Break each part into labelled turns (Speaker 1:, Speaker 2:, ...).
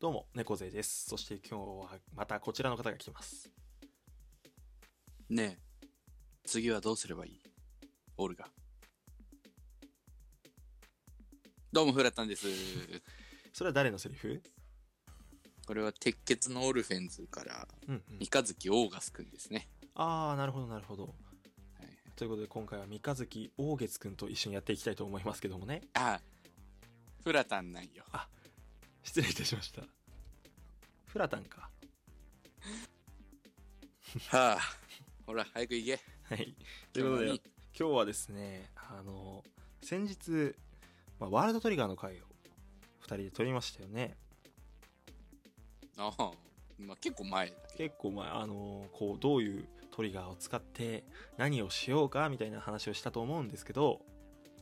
Speaker 1: どうも、猫背です。そして今日はまたこちらの方が来てます。
Speaker 2: ねえ、次はどうすればいいオルガ。どうも、フラタンです。
Speaker 1: それは誰のセリフ
Speaker 2: これは鉄血のオルフェンズから、うんうん、三日月オーガスくんですね。
Speaker 1: ああ、なるほど、なるほど。はいはい、ということで、今回は三日月大月くんと一緒にやっていきたいと思いますけどもね。
Speaker 2: ああ、フラタンなんよ。
Speaker 1: あ、失礼いたしました。フラタンか。
Speaker 2: はあ、ほら、早く行け。
Speaker 1: はい。ということで、今日はですね、あの、先日、まあ、ワールドトリガーの回を2人で撮りましたよね。
Speaker 2: ああ、まあ、結構前だ
Speaker 1: けど。結構前、あの、こう、どういうトリガーを使って何をしようかみたいな話をしたと思うんですけど、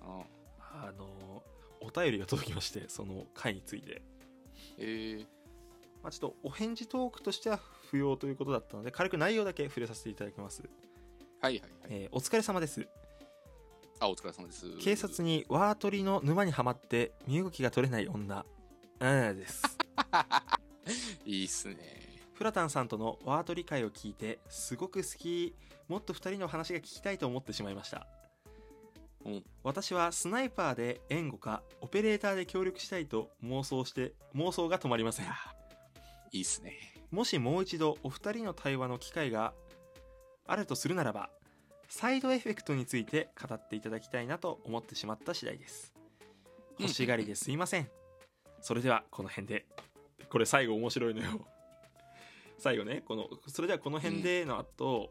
Speaker 2: あ
Speaker 1: あの、お便りが届きまして、その回について。
Speaker 2: ええー、
Speaker 1: まあ、ちょっとお返事トークとしては不要ということだったので、軽く内容だけ触れさせていただきます。
Speaker 2: はいはいはい。
Speaker 1: えー、お疲れ様です。
Speaker 2: あ、お疲れ様です。
Speaker 1: 警察にワートリの沼にはまって身動きが取れない女、うんです。
Speaker 2: いいっすね。
Speaker 1: フラタンさんとのワートリ会を聞いて、すごく好き。もっと二人の話が聞きたいと思ってしまいました。
Speaker 2: うん、
Speaker 1: 私はスナイパーで援護かオペレーターで協力したいと妄想して妄想が止まりません
Speaker 2: いいっすね
Speaker 1: もしもう一度お二人の対話の機会があるとするならばサイドエフェクトについて語っていただきたいなと思ってしまった次第です欲しがりですいません、うん、それではこの辺でこれ最後面白いのよ最後ねこのそれではこの辺での後、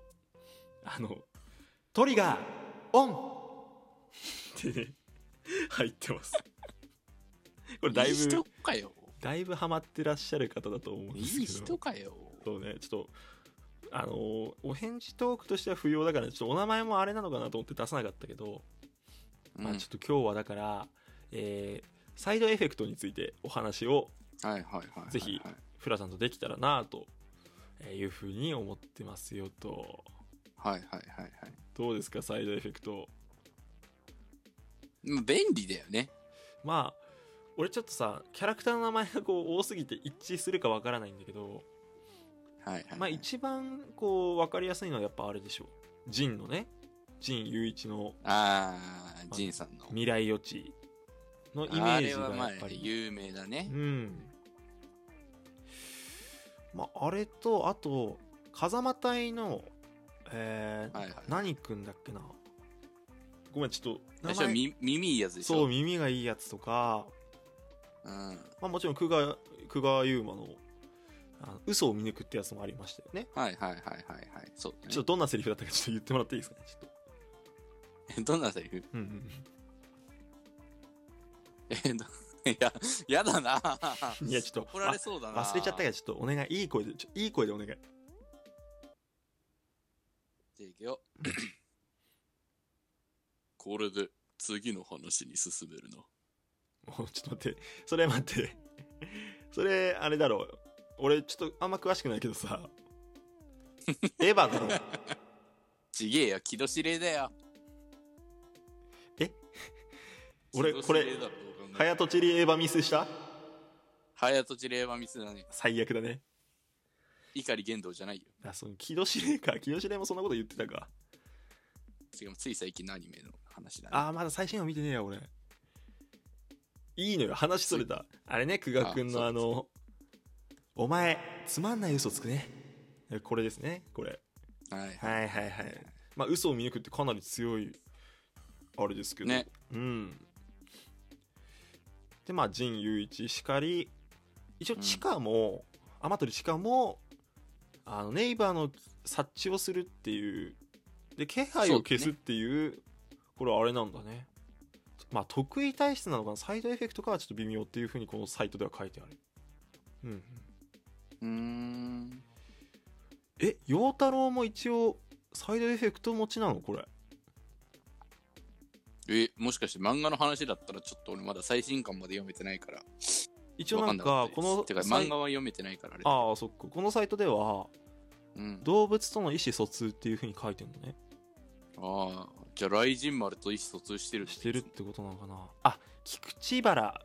Speaker 1: うん、あのトリガーオンってね入ってますこれだいぶだいぶハマってらっしゃる方だと思うんですけど
Speaker 2: いい人かよ
Speaker 1: そうねちょっとあのー、お返事トークとしては不要だから、ね、ちょっとお名前もあれなのかなと思って出さなかったけど、うん、まあちょっと今日はだから、えー、サイドエフェクトについてお話をぜひフラさんとできたらなというふうに思ってますよと
Speaker 2: はいはいはいはい
Speaker 1: どうですかサイドエフェクト
Speaker 2: 便利だよね
Speaker 1: まあ俺ちょっとさキャラクターの名前がこう多すぎて一致するかわからないんだけど、
Speaker 2: はいはい、はい、
Speaker 1: まあ一番こう分かりやすいのはやっぱあれでしょジンのねジン雄一の
Speaker 2: ああ、まあ、ジンさんの
Speaker 1: 未来予知のイメージがやっぱり
Speaker 2: 有名だね
Speaker 1: うんまああれとあと風間隊のえー、はいはい、何くんだっけなごめん、ちょっと
Speaker 2: 名前。耳いいやつでしょ
Speaker 1: そう、耳がいいやつとか、
Speaker 2: うん。
Speaker 1: あ
Speaker 2: ま
Speaker 1: もちろん、久我、久我優馬の、あの嘘を見抜くってやつもありましたよね。
Speaker 2: はいはいはいはいはい。そう、ね、
Speaker 1: ちょっとどんなセリフだったかちょっと言ってもらっていいですかね、ちょ
Speaker 2: っと。どんなセリフ
Speaker 1: うんうん。
Speaker 2: えど、いや、やだな
Speaker 1: いや、ちょっと。
Speaker 2: 怒られそうだな
Speaker 1: 忘れちゃったから、ちょっとお願い。いい声で、いい声でお願い。じゃ
Speaker 2: あいくよ。 これで次の話に進めるな。
Speaker 1: もうちょっと待って。それ待って。それ、あれだろう。俺、ちょっとあんま詳しくないけどさ。エヴァだろ。
Speaker 2: ちげえよ、木戸指令だよ。
Speaker 1: え俺、これ、はやとちりエヴァミスした
Speaker 2: はやとちりエヴァミスだね。
Speaker 1: 最悪だね。
Speaker 2: 碇玄道じゃないよ。
Speaker 1: あ、その木戸指令か。木戸指令もそんなこと言ってたか。
Speaker 2: 違う、つい最近のアニメの話だ、ね、
Speaker 1: ああ、まだ最新話見てねえよ、俺。いいのよ、話それた。あれね、久我君のあの、お前、つまんない嘘つくね。これですね、これ。
Speaker 2: はい、
Speaker 1: はいはいはい。まあ、嘘を見抜くってかなり強い、あれですけど。
Speaker 2: ね。
Speaker 1: うん。で、まあ、陣雄一しかり、一応、地下も、うん、アマトリ地下も、あの、ネイバーの察知をするっていうで気配を消すっていう、ね、これあれなんだねまあ得意体質なのかなサイドエフェクトかはちょっと微妙っていうふうにこのサイトでは書いてあるうん
Speaker 2: うん
Speaker 1: え陽太郎も一応サイドエフェクト持ちなのこれ
Speaker 2: えもしかして漫画の話だったらちょっと俺まだ最新刊まで読めてないから
Speaker 1: 一応なんかこの
Speaker 2: てか漫画は読めてないからあれ
Speaker 1: ああそっかこのサイトでは、
Speaker 2: うん、
Speaker 1: 動物との意思疎通っていうふうに書いてるのね
Speaker 2: ああ、じゃあ、雷神丸と意思疎通してる
Speaker 1: してるってことなのかな。あ、菊池原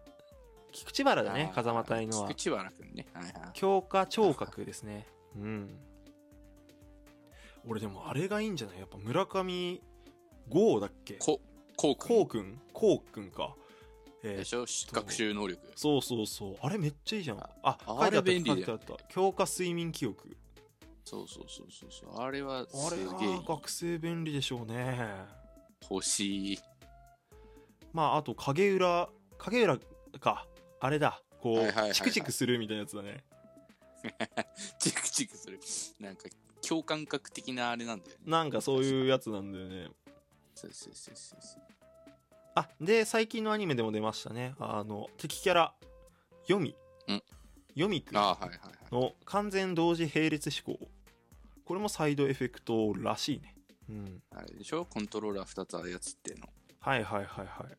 Speaker 1: 菊池原だね
Speaker 2: あー
Speaker 1: 風間隊のは
Speaker 2: 菊池原くんね。はいはい。
Speaker 1: 強化聴覚ですねうん俺でもあれがいいんじゃないやっぱ村上剛だっけ
Speaker 2: こ、こうく。
Speaker 1: こうんくんこうくんかえ
Speaker 2: で
Speaker 1: ー
Speaker 2: しょ学習能力。
Speaker 1: そうそうそうあれめっちゃいいじゃん
Speaker 2: あ
Speaker 1: あ書いてあ
Speaker 2: あ
Speaker 1: った
Speaker 2: れ便
Speaker 1: 書
Speaker 2: 利
Speaker 1: いて
Speaker 2: だ
Speaker 1: あ
Speaker 2: よ
Speaker 1: った強化睡眠記憶
Speaker 2: そうそうそうそうそう。あれ
Speaker 1: あ
Speaker 2: はす
Speaker 1: れ
Speaker 2: げえ
Speaker 1: は学生便利でしょうね
Speaker 2: 欲しい。
Speaker 1: まああと影浦影浦かあれだこう、
Speaker 2: はいはいはいはい
Speaker 1: チクチクするみたいなやつだね
Speaker 2: チクチクする。なんか、共感覚的なあれなんだよね。
Speaker 1: なんかそういうやつなんだよね
Speaker 2: そうそうそうそうそう。
Speaker 1: あで最近のアニメでも出ましたねあの敵キャラヨミ
Speaker 2: うん
Speaker 1: ヨミくん
Speaker 2: ああ、はいはいはい。
Speaker 1: の完全同時並列思考これもサイドエフェクトらしいねうん
Speaker 2: あれでしょコントローラー2つ操っての。
Speaker 1: はいはいはいはい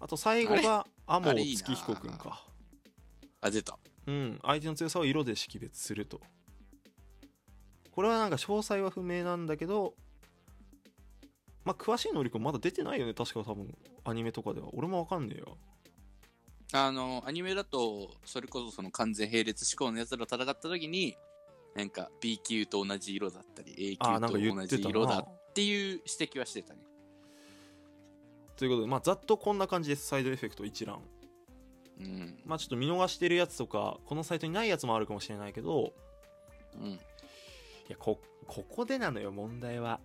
Speaker 1: あと最後が天
Speaker 2: あ
Speaker 1: 尾
Speaker 2: れいいな
Speaker 1: 月彦くんか
Speaker 2: あ、出た。
Speaker 1: うん相手の強さを色で識別するとこれはなんか詳細は不明なんだけどまあ詳しい能力もまだ出てないよね確か多分アニメとかでは俺もわかんねえよ
Speaker 2: あの、アニメだと、それこそその完全並列思考のやつらと戦った時に、なんか B 級と同じ色だったり、
Speaker 1: あ
Speaker 2: A
Speaker 1: ーなんか
Speaker 2: 級
Speaker 1: 言
Speaker 2: と同
Speaker 1: って
Speaker 2: じ
Speaker 1: た
Speaker 2: 色だ
Speaker 1: な
Speaker 2: っていう指摘はしてたね。
Speaker 1: ということで、まあ、ざっとこんな感じですサイドエフェクト一覧
Speaker 2: うん。
Speaker 1: まあちょっと見逃してるやつとかこのサイトにないやつもあるかもしれないけど
Speaker 2: うん。
Speaker 1: いやこここでなのよ問題は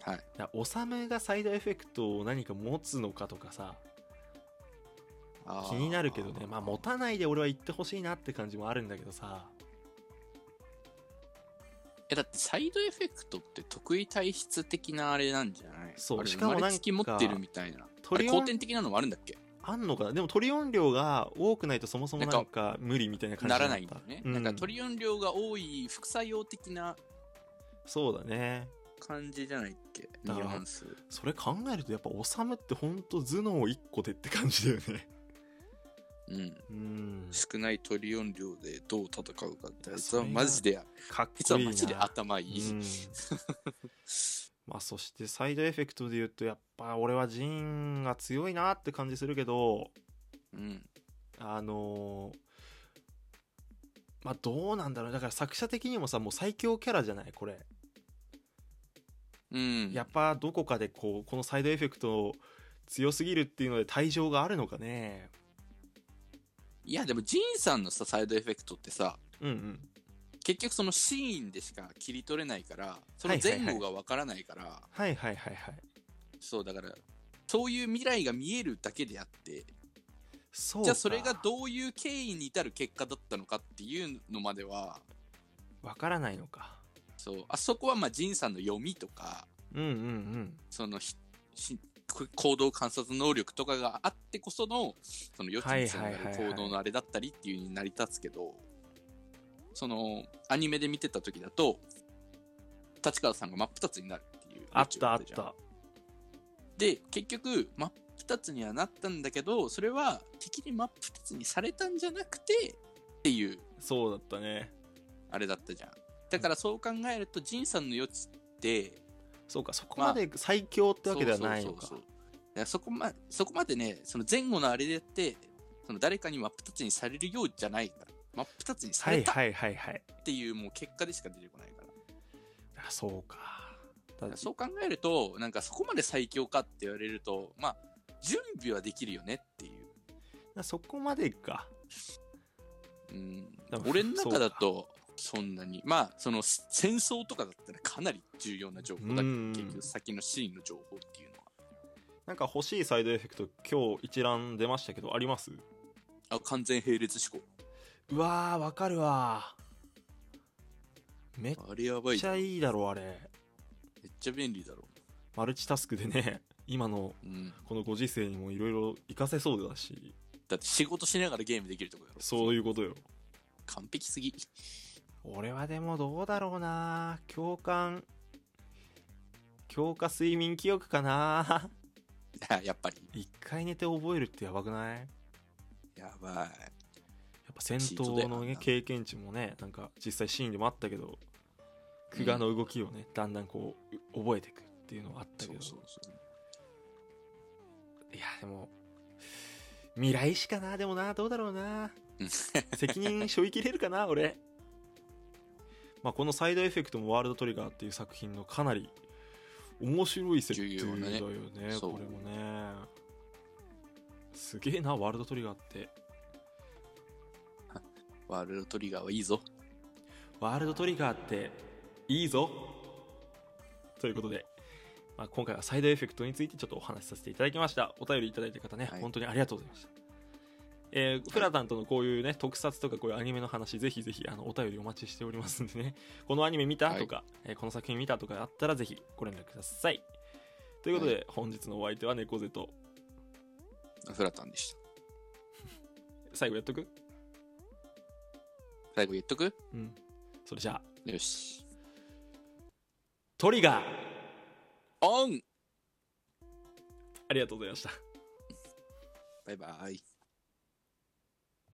Speaker 2: はい。
Speaker 1: だおさむがサイドエフェクトを何か持つのかとかさ
Speaker 2: あー
Speaker 1: 気になるけどねまあ持たないで俺は言ってほしいなって感じもあるんだけどさ
Speaker 2: え、だってサイドエフェクトって得意体質的なあれなんじゃない
Speaker 1: そう
Speaker 2: あれ
Speaker 1: しかもなんか
Speaker 2: 生まれつき持ってるみたいな。あ
Speaker 1: ト
Speaker 2: れ、
Speaker 1: リオ
Speaker 2: 後
Speaker 1: ン
Speaker 2: 天的なのもあるんだっけ
Speaker 1: あんのかなでもトリオン量が多くないとそもそもなんか無理みたいな感じに
Speaker 2: なら
Speaker 1: った
Speaker 2: ないんだよね。
Speaker 1: うん
Speaker 2: なんかトリオン量が多い副作用的な
Speaker 1: そうだね
Speaker 2: 感じじゃないっけニ
Speaker 1: だから
Speaker 2: ュアンス。
Speaker 1: それ考えるとやっぱおさむってほんと頭脳1個でって感じだよね
Speaker 2: うん。
Speaker 1: うん
Speaker 2: 少ないトリオン量でどう戦うかってやつ
Speaker 1: そ
Speaker 2: は
Speaker 1: れが
Speaker 2: マジで、
Speaker 1: かっ
Speaker 2: 実
Speaker 1: こ
Speaker 2: はい
Speaker 1: いな
Speaker 2: マジで頭いい。
Speaker 1: うん まあそしてサイドエフェクトで言うとやっぱ俺はジンが強いなって感じするけど
Speaker 2: うん。
Speaker 1: あのーまあどうなんだろうだから作者的にもさもう最強キャラじゃないこれ
Speaker 2: うん。
Speaker 1: やっぱどこかでこうこのサイドエフェクト強すぎるっていうので退場があるのかね
Speaker 2: いや、でもジンさんのさ、サイドエフェクトってさ、
Speaker 1: うんうん
Speaker 2: 結局そのシーンでしか切り取れないから、そ
Speaker 1: は
Speaker 2: の
Speaker 1: いはいは
Speaker 2: 前
Speaker 1: い
Speaker 2: 後がわからないから、
Speaker 1: はいはいはいはい
Speaker 2: そう、だから、そういう未来が見えるだけであって、
Speaker 1: そう
Speaker 2: じゃあそれが
Speaker 1: う
Speaker 2: どういう経緯に至る結果だったのかっていうのまでは、
Speaker 1: わからないのか
Speaker 2: そう、あそこはまあジンさんの読みとか、
Speaker 1: うんうんうん
Speaker 2: そのひし行動観察能力とかがあってこその、その予知につながる
Speaker 1: はいはいはいはい
Speaker 2: 行動のあれだったりっていうに成り立つけど、その、アニメで見てた時だと、立川さんが真っ二つになるっていう。
Speaker 1: あったあっ
Speaker 2: じゃん
Speaker 1: た
Speaker 2: で、結局、真っ二つにはなったんだけど、それは敵に真っ二つにされたんじゃなくて、っていう、
Speaker 1: そうだったね
Speaker 2: あれだったじゃん。だからそう考えると、ジンさんの余地って、
Speaker 1: そうかそこまで最強ってわけではないのか
Speaker 2: そうそうそうそうだからそこまそこまでね、その前後のあれでやって、その誰かに真っ二つにされるようじゃないから、真っ二つにさ
Speaker 1: は
Speaker 2: れ
Speaker 1: い
Speaker 2: たっ
Speaker 1: はいはいはい
Speaker 2: ていうもう結果でしか出てこないから。
Speaker 1: あそうか
Speaker 2: だか
Speaker 1: だ
Speaker 2: らそう考えると、なんかそこまで最強かって言われると、まあ、準備はできるよねっていう。
Speaker 1: だそこまでか
Speaker 2: うん
Speaker 1: でも、
Speaker 2: 俺の中だと、そんなに。まあ、その戦争とかだったらかなり重要な情報だけど、
Speaker 1: うん
Speaker 2: 結局先のシーンの情報っていうのは。
Speaker 1: なんか欲しいサイドエフェクト今日一覧出ましたけどあります
Speaker 2: あ、完全並列思考。
Speaker 1: うわーわかるわめっ
Speaker 2: あれやばい
Speaker 1: ち
Speaker 2: じゃん。
Speaker 1: ゃいいだろあれ
Speaker 2: めっちゃ便利だろ。
Speaker 1: マルチタスクでね 今の
Speaker 2: うん。
Speaker 1: このご時世にもいろいろ活かせそうだし
Speaker 2: だって仕事しながらゲームできるとこだろ。
Speaker 1: そういうことよ
Speaker 2: 完璧すぎ。
Speaker 1: 俺はでもどうだろうな共感強化睡眠記憶かな
Speaker 2: あやっぱり。
Speaker 1: 一回寝て覚えるってやばくないや
Speaker 2: やばい。
Speaker 1: っぱ戦
Speaker 2: チートだ
Speaker 1: 闘
Speaker 2: よ
Speaker 1: の、ね
Speaker 2: な、
Speaker 1: 経験値もねなんか実際シーンでもあったけど久我の動きをねだんだんこうう覚えていくっていうのはあった
Speaker 2: そ
Speaker 1: け
Speaker 2: う
Speaker 1: ど
Speaker 2: そうそう。
Speaker 1: いやでも未来しかなでもなどうだろう な責任背負いきれるかな俺まあこのサイドエフェクトもワールドトリガーっていう作品のかなり面白い設定だよ
Speaker 2: 重要な
Speaker 1: ね
Speaker 2: ねそう
Speaker 1: これもねすげえなワールドトリガーって
Speaker 2: ワールドトリガーはいいぞ。
Speaker 1: ワールドトリガーっていいぞということで、まあ、今回はサイドエフェクトについてちょっとお話しさせていただきましたお便りいただいた方ね、
Speaker 2: はい
Speaker 1: 本当にありがとうございましたえー、フラタンとのこういうね特撮とかこういうアニメの話ぜひぜひあのお便りお待ちしておりますんでね このアニメ見た
Speaker 2: はい
Speaker 1: とか、えーこの作品見たとかあったらぜひご連絡くださいということで、本日のお相手は猫背と
Speaker 2: フラタンでした。
Speaker 1: 最後やっとく
Speaker 2: 最後言っとく
Speaker 1: うんそれじゃあ
Speaker 2: よし。
Speaker 1: トリガー
Speaker 2: オン
Speaker 1: ありがとうございました
Speaker 2: バイバイ。